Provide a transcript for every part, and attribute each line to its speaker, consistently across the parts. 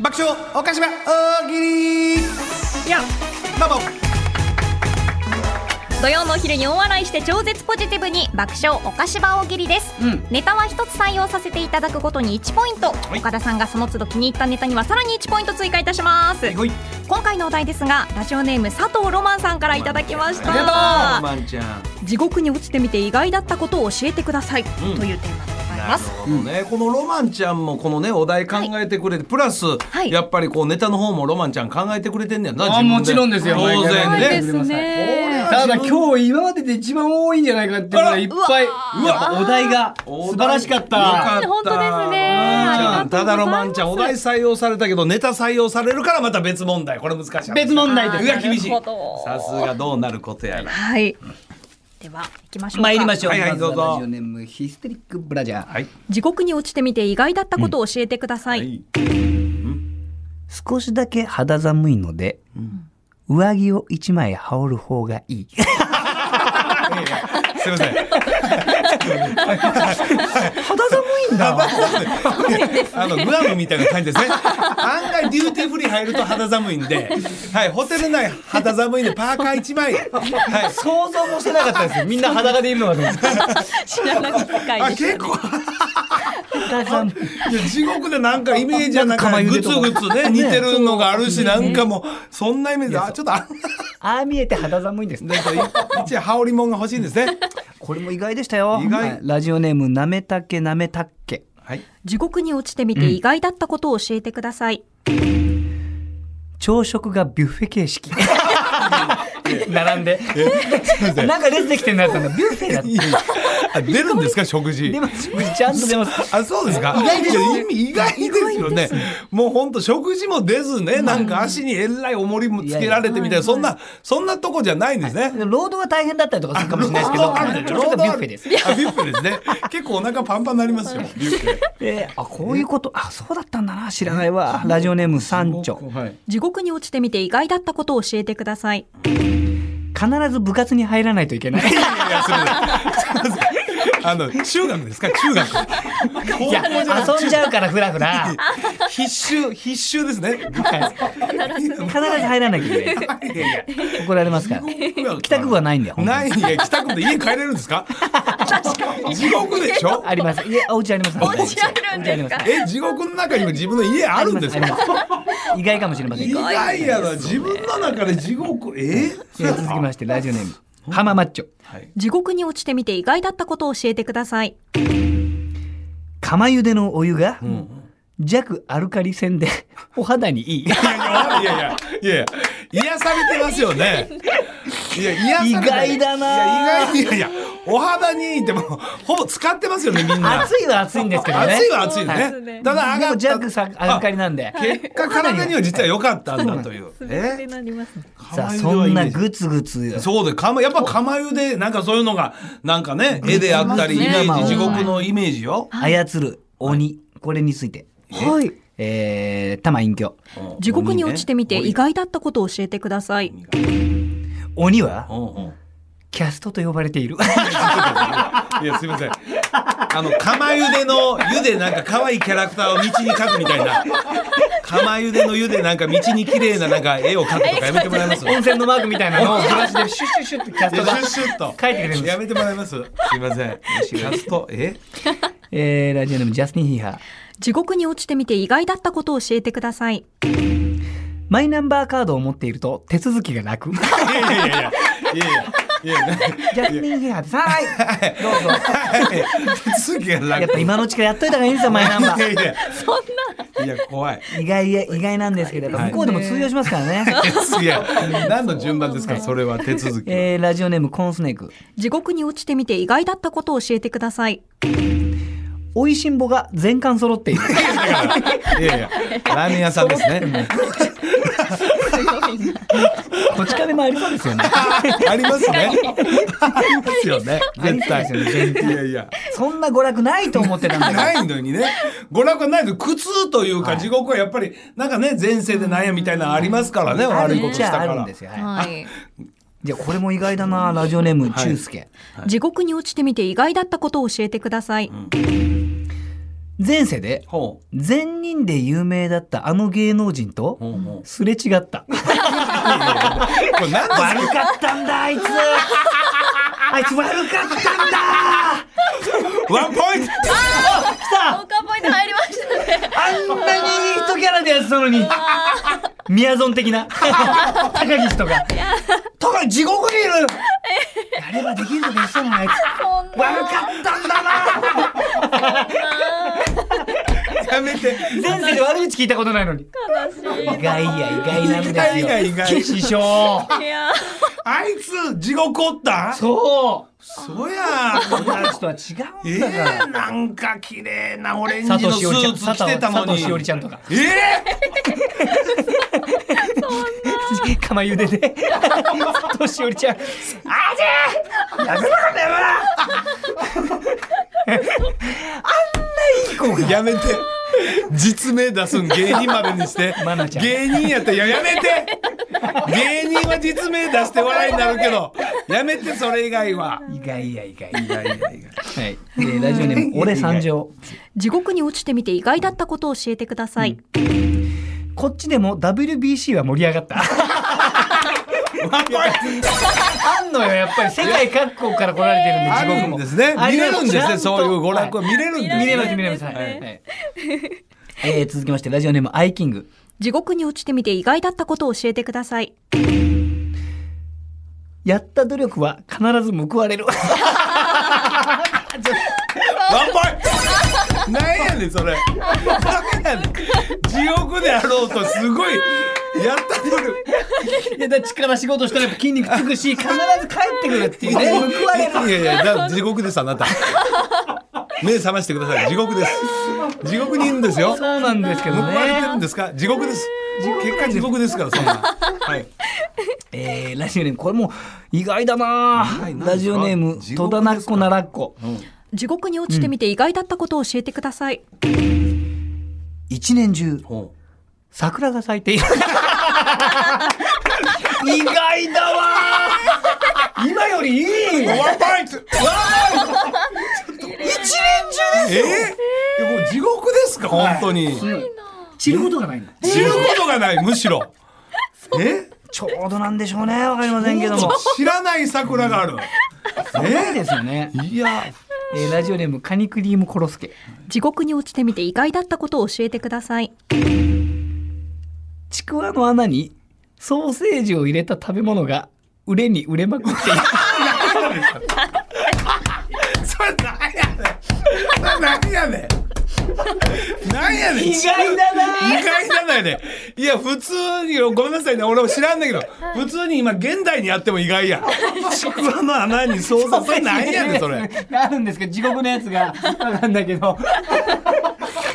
Speaker 1: 爆笑岡島大喜利
Speaker 2: や
Speaker 1: どうも
Speaker 3: 土曜のお昼に大笑いして超絶ポジティブに爆笑お菓子場大喜利です、
Speaker 2: うん
Speaker 3: ネタは一つ採用させていただくごとに1ポイント、
Speaker 1: い
Speaker 3: 岡田さんがその都度気に入ったネタにはさらに1ポイント追加いたします
Speaker 1: えごい
Speaker 3: 今回のお題ですがラジオネーム佐藤ロマンさんからいただきまし
Speaker 1: ありが
Speaker 3: た
Speaker 1: マンちゃん
Speaker 3: 地獄に落ちてみて意外だったことを教えてください、
Speaker 1: ん
Speaker 3: というテーマでござい
Speaker 1: な
Speaker 3: ま
Speaker 1: る
Speaker 3: す
Speaker 1: ほどね、このロマンちゃんもこのねお題考えてくれて、プラス、
Speaker 3: い
Speaker 1: やっぱりこうネタの方もロマンちゃん考えてくれてんねやな
Speaker 2: あもちろんですよ
Speaker 1: 当然
Speaker 2: は
Speaker 3: はいい
Speaker 1: ね
Speaker 3: で
Speaker 2: ね
Speaker 3: すね
Speaker 2: ただ今日今までで一番多いんじゃないかっていうのがいっぱいや
Speaker 3: うわ
Speaker 2: っぱお題が素晴らしかっ
Speaker 1: よ
Speaker 2: た
Speaker 1: かった
Speaker 3: 本当ですね
Speaker 1: ロマンちゃん
Speaker 3: ありがとうございます
Speaker 1: ただロマンちゃんお題採用されたけどネタ採用されるからまた別問題これ難しい話
Speaker 2: 別問題
Speaker 3: あ
Speaker 2: で
Speaker 3: ー
Speaker 1: うわ厳しい
Speaker 3: なるほど
Speaker 1: さすがどうなることやら
Speaker 3: はいでは行きましょう
Speaker 2: す
Speaker 3: か
Speaker 2: 参りましょう
Speaker 1: はいはい
Speaker 2: まず
Speaker 1: ど
Speaker 2: は
Speaker 1: うぞ
Speaker 2: ラジオネームヒステリックブラジャー
Speaker 1: はい
Speaker 3: 地獄に落ちてみて意外だったことを教えてください、
Speaker 1: はい
Speaker 2: 少しだけ肌寒いので上着を一枚羽織る方がいい
Speaker 1: すいません
Speaker 2: 肌寒いんだ
Speaker 1: あのグアムみたいな感じですね。案外デューティーフリー入ると肌寒いんで、はい、ホテル内肌寒いんでパーカー一枚。はい。
Speaker 2: 想像もしてなかった ですよみんな裸でいるのかと思って
Speaker 3: 知らなくて
Speaker 1: あ、
Speaker 3: い
Speaker 1: 結構、
Speaker 2: 肌寒い
Speaker 1: いや地獄でなんかイメージはなん
Speaker 2: なんか
Speaker 1: か
Speaker 2: 釜茹
Speaker 1: グ
Speaker 2: で
Speaker 1: ツ
Speaker 2: とか
Speaker 1: グツね、似てるのがあるし、なんかもう、そんなイメージで、あ、ちょっと、あ、
Speaker 2: ああ見えて肌寒いんですね
Speaker 1: なんか一応羽織もんが欲しいんですね。
Speaker 2: これも意外でしたよ
Speaker 1: 意外
Speaker 2: はいラジオネームなめたけなめたっけ
Speaker 1: はい。
Speaker 3: 地獄に落ちてみて意外だったことを教えてください、
Speaker 2: 朝食がビュッフェ形式並んでなんか列できてるのやったんだビュッフェだっ
Speaker 1: いやいやあ出るんですか、食事
Speaker 2: 出。ますちゃんと出ます
Speaker 1: あ、そうですか。意外です意外ですよね。もう本当食事も出ずね、なんか足にえらい重りもつけられてみたいな、そんな、そんなとこじゃないんですね。
Speaker 2: 労働は大変だったりとかするかもしれないですけど朝食がビュッフェです
Speaker 1: あ、ビュッフェですね。結構お腹パンパンになりますよ。ビュッフェ。
Speaker 2: えーあこういうことあそうだったんだな知らないわラジオネームサンチョ
Speaker 1: はい。
Speaker 3: 地獄に落ちてみて意外だったことを教えてください
Speaker 2: 必ず部活に入らないといけない
Speaker 1: いやいや、すみませんすいません。あの、中学ですか中学。高校
Speaker 2: い
Speaker 1: じ
Speaker 2: や
Speaker 1: ゃなく
Speaker 2: 遊んじゃうからフラフ ラ
Speaker 1: 必修、必修ですね。
Speaker 2: 必ず入らなきゃいけな い
Speaker 1: いやい
Speaker 2: 怒られますから
Speaker 1: や。
Speaker 2: 帰宅部はないんだよ本当に
Speaker 1: ない、いや、帰宅部で家帰れるんですか地獄でしょ
Speaker 2: ありますいやお家ありますお
Speaker 3: 家あるんですか
Speaker 1: え、地獄の中にも自分の家あるんですか
Speaker 2: 意外かもしれません
Speaker 1: 意
Speaker 2: が
Speaker 1: 外やな自分の中で地獄 え
Speaker 2: えー続きましてラジオネーム浜マッチョ
Speaker 1: はい
Speaker 3: 地獄に落ちてみて意外だったことを教えてください
Speaker 2: 釜茹でのお湯が弱アルカリ線で お肌にいい
Speaker 1: いやいやいやいや癒されてますよねいや癒されて
Speaker 2: 意外だない
Speaker 1: や意外いやいやお肌にいいってもうほぼ使ってますよねみんな
Speaker 2: 暑いは暑いんですけどね
Speaker 1: 暑いは暑い
Speaker 2: は
Speaker 1: ね
Speaker 2: い
Speaker 3: ね
Speaker 1: ただ上
Speaker 2: で
Speaker 1: が
Speaker 2: も
Speaker 1: っ
Speaker 2: 弱
Speaker 1: た
Speaker 2: さアルカリなんで
Speaker 1: 結果体には実は良かったんだというえ
Speaker 3: なります
Speaker 2: さ
Speaker 1: 釜
Speaker 2: あ
Speaker 1: 茹で
Speaker 2: そ
Speaker 1: はい
Speaker 2: ん
Speaker 1: いで
Speaker 2: な
Speaker 1: す
Speaker 2: グツグツ
Speaker 1: そうでかまやっぱ釜茹でなんかそういうのがなんかね絵であったりイ
Speaker 2: グ
Speaker 1: メ
Speaker 2: ッズ
Speaker 1: ージ
Speaker 2: です
Speaker 1: 地
Speaker 2: ね
Speaker 1: 獄のイメージよ
Speaker 2: 操る鬼、これについて
Speaker 3: はい
Speaker 2: えー、玉隠居
Speaker 3: 地獄に落ちてみて意
Speaker 1: い
Speaker 3: 外だったことを教えてください
Speaker 2: 鬼は
Speaker 1: うん
Speaker 2: キャストと呼ばれている
Speaker 1: いやすいません。あの釜茹での湯でなんか可愛いキャラクターを道に描くみたいな。釜茹での湯でなんか道に綺麗ななんか絵を描くとかやめてもらえます。い
Speaker 2: 温
Speaker 1: や
Speaker 2: 泉のマークみたいなのをブラシでシュッシュッシュッってキャス
Speaker 1: シュ
Speaker 2: トが
Speaker 1: ッシュッと
Speaker 2: 書いてくれるんです
Speaker 1: やめてもらえます。すいません。キャストえ？
Speaker 2: えー、ラジオネームジャスティン・ヒーハー
Speaker 3: 地獄に落ちてみて意外だったことを教えてください
Speaker 2: マイナンバーカードを持っていると手続きが楽 ジ
Speaker 1: いやいやいやいやいやいや。
Speaker 2: ャスティン・ヒーハーですはいどうぞ
Speaker 1: すげえ
Speaker 2: やっぱ
Speaker 1: 楽。
Speaker 2: 今のうちからやっといた方がいいんですよマイナンバ
Speaker 1: いや
Speaker 2: ー
Speaker 1: いや。そんな。いや怖い。
Speaker 2: 意外や意外なんですけどやっぱ向こうでも通用しますからね、
Speaker 1: いや何の順番ですかそれは手続き。
Speaker 2: えー、ラジオネームコーンスネーク
Speaker 3: 地獄に落ちてみて意外だったことを教えてください
Speaker 2: おいしんぼが全巻揃っている
Speaker 1: いやいやラーメン屋さんですね。
Speaker 2: こち亀もありそうですよね
Speaker 1: ありますね。ありますよね。絶対。
Speaker 2: ありますよね
Speaker 1: いやいや。
Speaker 2: そんな娯楽ないと思ってたんだけど
Speaker 1: ないのにね。娯楽はないと苦痛というか、地獄はやっぱり、なんかね、前世でなんやみたいなのありますからね、
Speaker 2: あ
Speaker 1: 悪い
Speaker 2: る
Speaker 1: ことしたか
Speaker 2: あるん
Speaker 1: ら
Speaker 2: で。すよ、は
Speaker 3: は
Speaker 2: い
Speaker 3: い。
Speaker 2: じゃあこれも意外だなラジオネーム中介、
Speaker 3: 地獄に落ちてみて意外だったことを教えてください、
Speaker 2: 前世で
Speaker 1: ほ
Speaker 2: 善人で有名だったあの芸能人と
Speaker 1: うほうほう
Speaker 2: すれ違った
Speaker 1: これ何ですか
Speaker 2: 悪かったんだあい つあいつ悪かったんだ
Speaker 1: ワンポイント
Speaker 2: 来た
Speaker 3: カーポイント入りましたね。
Speaker 2: あんなにいい人キャラでやってたのに。ミヤゾン的 な。高岸とか。高岸地獄にいるやればできるとか言ってたのにあいつ。
Speaker 3: こんな
Speaker 2: 悪かったんだな
Speaker 1: やめて
Speaker 2: 前世で悪口聞いたことないのに。
Speaker 3: 悲しいな。
Speaker 2: 意外や意外なんですよ。
Speaker 1: 意外や意外
Speaker 2: 師匠。
Speaker 3: いや
Speaker 1: あいつ地獄おった
Speaker 2: そう。
Speaker 1: そうや
Speaker 2: 友達とは違
Speaker 1: え
Speaker 2: うんだから。
Speaker 1: ー、なんか綺麗なオレンジ
Speaker 2: 佐
Speaker 1: のス
Speaker 2: 藤しおりちゃ
Speaker 1: ーツ
Speaker 2: ん、
Speaker 1: 着てたの
Speaker 2: 佐
Speaker 1: に
Speaker 2: 藤しおりちゃんとか、
Speaker 1: ええ
Speaker 2: 釜茹でで、佐藤しおりちゃん、
Speaker 1: あじやめなかったやめなやめて実名出すん芸人までにして
Speaker 2: 愛菜ちゃん
Speaker 1: 芸人やったらいややめて芸人は実名出して笑いになるけどやめてそれ以外は
Speaker 2: 意外や意外。
Speaker 1: いやいやいや
Speaker 2: はい、えーラジオネーム、俺三条。
Speaker 3: 地獄に落ちてみて意外だったことを教えてください。
Speaker 2: こっちでも WBC は盛り上がった。あんのよ、やっぱり世界各国から来られて
Speaker 1: あ
Speaker 2: るんで、地獄
Speaker 1: るん
Speaker 2: も。
Speaker 1: ですね
Speaker 2: あ
Speaker 1: 見
Speaker 2: り
Speaker 1: れ
Speaker 2: ま
Speaker 1: る
Speaker 2: す
Speaker 1: んですねそういう娯楽は
Speaker 2: は
Speaker 1: 見れるんで
Speaker 2: い見れ
Speaker 1: す
Speaker 2: ま
Speaker 1: ね
Speaker 2: す、見れます。はい。は
Speaker 3: はい
Speaker 2: いえー続きまして、ラジオネーム、アイキング。
Speaker 3: 地獄に落ちてみて意外だったことを教えてください。
Speaker 2: やった努力は必ず報われ る。
Speaker 1: ワンポイントなんやねんそれなんやねん地獄であろうとすごいやったとる
Speaker 2: いやだから力仕事したらやっぱ筋肉つくし、必ず帰ってくるっていうね。報われる。
Speaker 1: いやいやだ地獄ですあなた目覚ましてください地獄です地獄にいるんですよ
Speaker 2: そうなんですけど
Speaker 1: 報われてるん
Speaker 2: ね。
Speaker 1: ですか地獄です結果地獄ですからそんなはい
Speaker 2: えー、ラジオネーム、これも意外だな
Speaker 1: 外なんですか
Speaker 2: ラジオネーム、
Speaker 1: 地
Speaker 2: 戸
Speaker 1: 獄ですか
Speaker 2: 田なっこならっこ。
Speaker 3: 地獄に落ちてみて意外だったことを教えてください。
Speaker 2: 一年中、桜が咲いている。 意外だわー今よりいい一年
Speaker 1: ワンポイント
Speaker 2: 中
Speaker 1: えー、いやもう地獄ですか本当に
Speaker 2: 知ることがないんだ。
Speaker 1: 知ることがないむしろえ
Speaker 2: ちょうどなんでしょうね。わかりませんけども。
Speaker 1: 知らない桜がある
Speaker 2: そうですよね。
Speaker 1: いや
Speaker 2: えーラジオネーム、カニクリームコロスケ。
Speaker 3: 地獄に落ちてみて意外だったことを教えてください。
Speaker 2: ちくわの穴にソーセージを入れた食べ物が売れに売れまくっている。
Speaker 1: それなんやねんそれなんやねんなんやねん
Speaker 2: 外だな
Speaker 1: 意外なのよね。いや、普通に、ごめんなさいね。俺も知らんだけど、普通に今、現代にやっても意外や。ちくわの穴に想像それなんやねん、それ。。
Speaker 2: あるんですけど、地獄のやつが、なんだけ ど。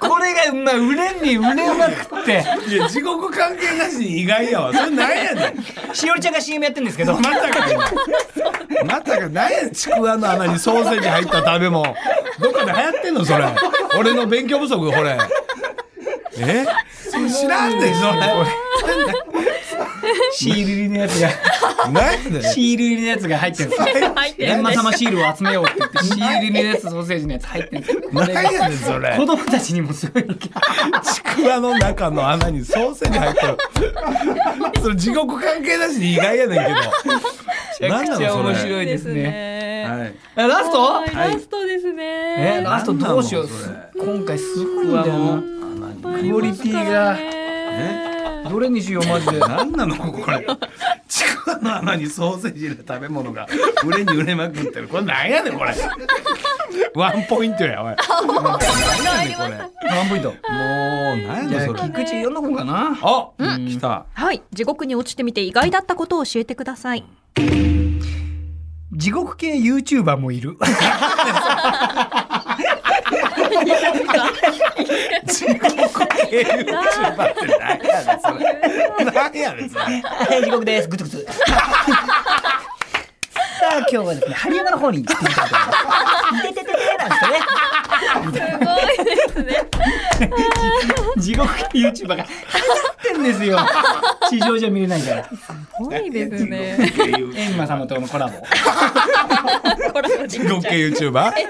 Speaker 2: これが、まあ、売れに売れまくって。
Speaker 1: いや、地獄関係なしに意外やわ。それなんやねん。
Speaker 2: しおりちゃんが CM やってるんですけど
Speaker 1: ま。たかよまたか、なんやねん、ちくわの穴にソーセージ入った食べ物。どっかで流行ってんの、それ。俺の勉強不足、これ。えそれ知らんねん、そ
Speaker 2: シール入りのやつが、
Speaker 1: れ。なんやねん。
Speaker 2: シール入りのやつが入ってるん ですよ。
Speaker 3: 入って
Speaker 2: 閻魔様シールを集めようって言って、シール入りのやつ、ソーセージのやつ入ってるんですよ。 これ
Speaker 1: なんや
Speaker 2: が
Speaker 1: ねん、それ。
Speaker 2: 子供たちにもすごい人気。
Speaker 1: ちくわの中の穴にソーセージ入ってる。それ地獄関係なしに意外やねんけど。
Speaker 2: めちゃくちゃ面白
Speaker 1: い。
Speaker 2: いですね。
Speaker 3: ね。
Speaker 1: はい。
Speaker 2: えラスト
Speaker 3: ラストです
Speaker 2: え
Speaker 3: ね。
Speaker 2: ー、ラストどうしよう
Speaker 1: なんなの
Speaker 2: 今回すごいわもうクオリティがどれにしよう マジで
Speaker 1: なんなのこれ。ちくわの穴にソーセージの食べ物が売れに売れまくってる。これなんやねんこれ。ワンポイントやおい。なんやねんこれ。も
Speaker 2: 何ポイント
Speaker 1: うなん
Speaker 2: じゃ
Speaker 1: やねん
Speaker 2: あ
Speaker 1: それ。
Speaker 2: 菊池呼んどこうかな
Speaker 1: あ、来た。
Speaker 3: はい。地獄に落ちてみて意外だったことを教えてください。
Speaker 2: 地獄系 YouTuber もいる
Speaker 1: 地獄系 YouTuber ってなんやねんそれ。なんやねんそれ。
Speaker 2: 地獄ですグツ グツさあ今日はですね針山の方に行ってみたいと思いますいててててなんですよね
Speaker 3: すごいですね。
Speaker 2: 地獄系 YouTuber が流行ってんですよ 地上じゃ見れないから
Speaker 3: すごいですね。
Speaker 2: エンマ様とのコラボ
Speaker 3: コラボで
Speaker 1: 地獄系 YouTuber?
Speaker 3: はい、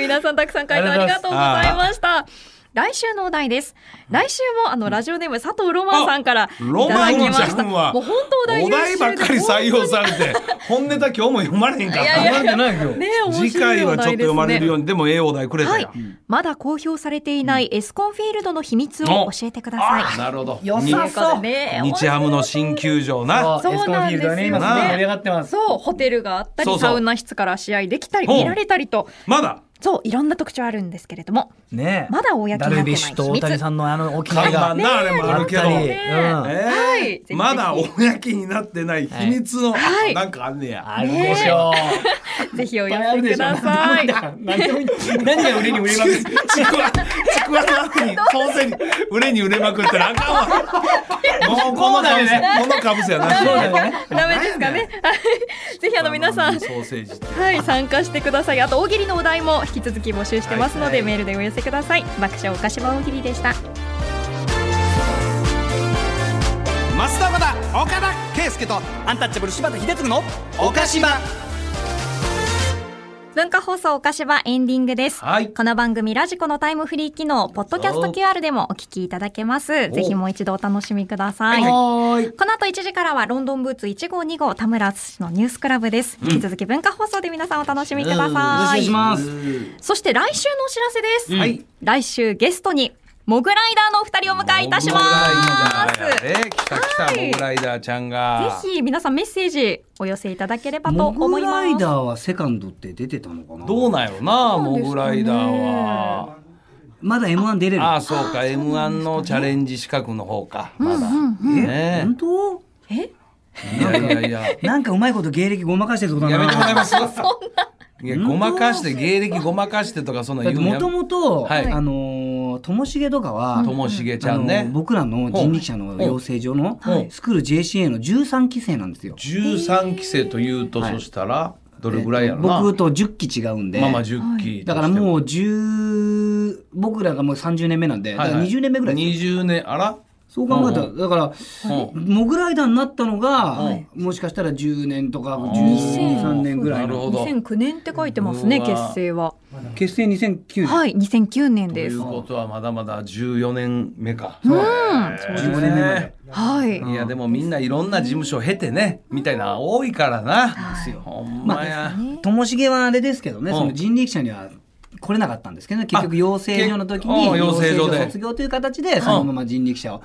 Speaker 3: 皆さんたくさん回答ありがとうございました。来週のお題です。来週もあのラジオネーム佐藤ロマンさんからいた
Speaker 1: ロマ
Speaker 3: だき
Speaker 1: ンち
Speaker 3: まし
Speaker 1: ゃ
Speaker 3: た。
Speaker 1: ん
Speaker 3: も
Speaker 1: は
Speaker 3: う本当お題優
Speaker 1: お
Speaker 3: 秀で
Speaker 1: 題ばっかり採用され て本ネタ今日も読まれへんかっ
Speaker 3: いやいや
Speaker 1: た
Speaker 4: 読まれてないよ
Speaker 3: ね面白いお題ですね。
Speaker 1: 次回はちょっと読まれるようにでもええお題くれた
Speaker 3: は
Speaker 1: や
Speaker 3: い
Speaker 1: ん、
Speaker 3: まだ公表されていないエスコンフィールドの秘密を教えてください。
Speaker 1: なるほど
Speaker 4: よ
Speaker 1: に
Speaker 4: さそう。
Speaker 3: ね
Speaker 1: 日ハムの新球場な
Speaker 4: そうエスコンフィールドはね、今すごい盛り上がってます。
Speaker 3: そうホテルがあったり
Speaker 1: そうそう
Speaker 3: サウナ室から試合できたり
Speaker 1: ほう
Speaker 3: 見られたりと
Speaker 1: まだ
Speaker 3: そういろんな特徴あるんですけれども
Speaker 4: ねえ
Speaker 3: まだ公にな
Speaker 4: ダ
Speaker 3: ってない
Speaker 4: ルビッシュと大谷さんのあの大きな
Speaker 1: 看
Speaker 4: 絵
Speaker 1: 板
Speaker 4: が
Speaker 1: なあれもあ
Speaker 4: あ
Speaker 1: る
Speaker 4: っ
Speaker 1: けど
Speaker 4: たり、
Speaker 3: ね
Speaker 4: うん
Speaker 1: えー
Speaker 3: はいぜひぜひ
Speaker 1: まだ公になってない秘密の、
Speaker 3: はい
Speaker 1: なんかあんねや、
Speaker 4: あるでしょ
Speaker 3: ぜひお
Speaker 4: う。
Speaker 3: 寄せ ください。
Speaker 4: 何でもいい何が売れに売れます。
Speaker 1: ちくわ、ちくわの後に、ソーセージ、売れに売れまくったらあかんわ。もうこのかぶせ、このかぶせやな。
Speaker 4: そうだね。
Speaker 3: ダメですかね。はいぜひあの皆さん
Speaker 1: ソーセージって。
Speaker 3: はい参加してください。あと大喜利のお題も引き続き募集してますの
Speaker 1: はい
Speaker 3: でメールでお寄せください。爆笑おかしば大喜利でした。
Speaker 5: 増田和田岡田圭佑とアンタッチャブル柴田秀嗣の岡島
Speaker 3: 文化放送おかしばエンディングです。
Speaker 1: はい
Speaker 3: この番組ラジコのタイムフリー機能ポッドキャスト QR でもお聞きいただけます。ぜひもう一度お楽しみください。
Speaker 4: はーい。
Speaker 3: この後1時からはロンドンブーツ1号2号田村敦のニュースクラブです。引き続き文化放送で皆さんお楽しみください。
Speaker 4: お願いします。
Speaker 3: そして来週のお知らせです。
Speaker 1: はい
Speaker 3: 来週ゲストにモグライダーのお二人をお迎えいたします。
Speaker 1: ね、来た来た、モグライダーちゃんが。
Speaker 3: ぜひ皆さんメッセージお寄せいただければと
Speaker 2: モ
Speaker 3: 思
Speaker 2: グ
Speaker 3: います。
Speaker 2: ライダーはセカンドって出てたのかな
Speaker 1: どうなんやろな、
Speaker 3: そうなん
Speaker 1: モ
Speaker 3: です
Speaker 1: グ
Speaker 3: かね
Speaker 1: ライダーは。
Speaker 2: まだ M1 出れる
Speaker 1: ああ、そうか、M1 のチャレンジ資格の方か。まだ。ね
Speaker 2: 本当
Speaker 1: え。いやいやいや。
Speaker 2: なんかうまいこと芸歴ごまかしてるってことだ
Speaker 1: やめてもらい
Speaker 2: な
Speaker 1: ます。 いや、ごまかして、芸歴ごまかしてとか、そんなん言うん
Speaker 2: も
Speaker 1: や
Speaker 2: と。もと
Speaker 1: はい
Speaker 2: あのーともしげとかは
Speaker 1: ともしげちゃん
Speaker 2: あ
Speaker 1: ね
Speaker 2: の。僕らの人力車の養成所のスクール JCA の13期生なんですよ
Speaker 1: 十三期生というと、そしたら、どれぐらいやろな。
Speaker 2: 僕と10期違うんで
Speaker 1: まあまあ十期。
Speaker 2: だからもう10僕らがもう30年目なんでだから20年目ぐらいですよ
Speaker 1: 二十年、あら。
Speaker 2: そう考えたら、
Speaker 1: うん
Speaker 2: だから、モグライダーになったのが、もしかしたら10年とか12、3年ぐらい
Speaker 1: なる
Speaker 2: の。
Speaker 1: ほど。
Speaker 3: 2009年って書いてますね
Speaker 1: うわ
Speaker 3: 結成は。
Speaker 2: 結成2009年。
Speaker 3: はい2009年
Speaker 1: と
Speaker 3: で
Speaker 1: い
Speaker 3: す
Speaker 1: う。ことはまだまだ十四年目か。
Speaker 2: 15年目まで。
Speaker 3: はい。
Speaker 1: いやでもみんないろんな事務所を経てねみたいな多いからな。ほんまや。
Speaker 2: ともしげはあれですけどね、
Speaker 1: うん
Speaker 2: その人力車には来れなかったんですけどね、結
Speaker 1: あ
Speaker 2: 局養成所の時
Speaker 1: けうん
Speaker 2: に、
Speaker 1: 養成所で
Speaker 2: 卒業という形で、そのまま人力車を。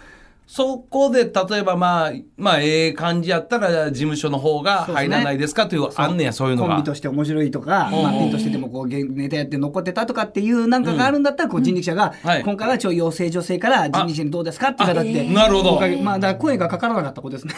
Speaker 1: そこで例えばまあまあええ感じやったら事務所の方が入らないですかというあんねやそういうの
Speaker 2: コン
Speaker 1: が
Speaker 2: ビ。として面白いとか、
Speaker 1: うん
Speaker 2: まあ、ピンとしててもこうげネタやって残ってたとかっていうなんかがあるんだったらこう人力車が、
Speaker 1: はい
Speaker 2: 今回はちょい養成女性から人力車にどうですかっていう形で
Speaker 1: あなるほど
Speaker 2: おかげまあ、だから声がかからなかったことですね。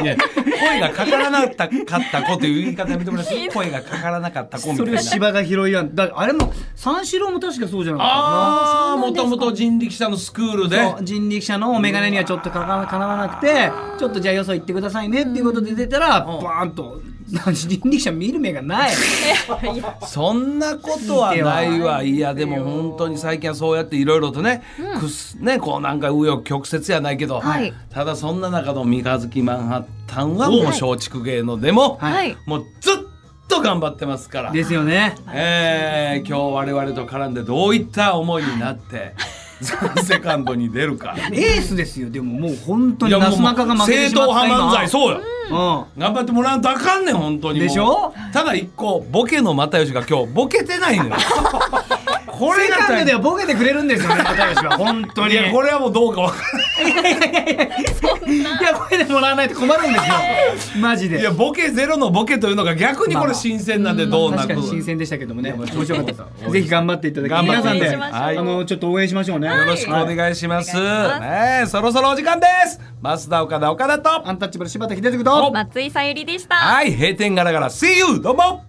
Speaker 1: いや声がかからなかった子という言い方やめてもらっ ていい声がかからなかった子みた
Speaker 2: そ
Speaker 1: い
Speaker 2: れ
Speaker 1: な
Speaker 2: を。芝が拾いやんだあれも三四郎も確かそうじゃなかっ
Speaker 1: ああもともと人力車のスクールで
Speaker 2: たかな。そう人力車の眼鏡にはちょっとかかかなわなくてちょっとじゃあよそ行ってくださいねっていうことで出たらバーンと人力車見る目がない
Speaker 1: そんなことはないわいやでも本当に最近はそうやっていろいろとね,、くすねこうなんか紆余曲折やないけど、
Speaker 3: はい
Speaker 1: ただそんな中の三日月マンハッタンはもう松竹芸能でも、
Speaker 3: はい。
Speaker 1: もうずっと頑張ってますから、
Speaker 2: です よね
Speaker 1: えー今日我々と絡んでどういった思いになって「ザ・ セカンドに出るか。
Speaker 2: エースですよでももう本当に
Speaker 1: も
Speaker 2: な
Speaker 1: う
Speaker 2: すなかが負けて
Speaker 1: 正
Speaker 2: しま
Speaker 1: 統
Speaker 2: った
Speaker 1: 派漫才そうよ、
Speaker 2: 今
Speaker 1: 頑張ってもらわんとあかんねん本当にもう
Speaker 2: でしょ
Speaker 1: ただ一個ボケの又吉が今日ボケてないの よこ
Speaker 2: うん
Speaker 1: れ
Speaker 2: セ
Speaker 1: が大
Speaker 2: カンド
Speaker 1: 変
Speaker 2: ではボケてくれる んですよね片吉は本当に
Speaker 1: いやこれはもうどうかわから
Speaker 2: いやボケてもらわないと困るんですよ マジ
Speaker 1: ないい
Speaker 2: で
Speaker 1: やボケゼロのボケというのが逆にこれ新鮮なんでどうな
Speaker 2: 確
Speaker 1: る
Speaker 2: か
Speaker 1: の
Speaker 2: に新鮮でしたけどもね面白かったですぜひ頑張っていただき
Speaker 1: 頑張
Speaker 2: 皆
Speaker 1: って
Speaker 2: さんで
Speaker 3: お願いします
Speaker 2: あのちょっと応援しましょうね
Speaker 1: よろしくお願いします,、ねえそろそろお時間です増田岡田岡田と
Speaker 2: アンタッチャブル柴田秀嗣と
Speaker 3: 松井さゆりでした。
Speaker 1: はい閉店ガラガラ See you どうも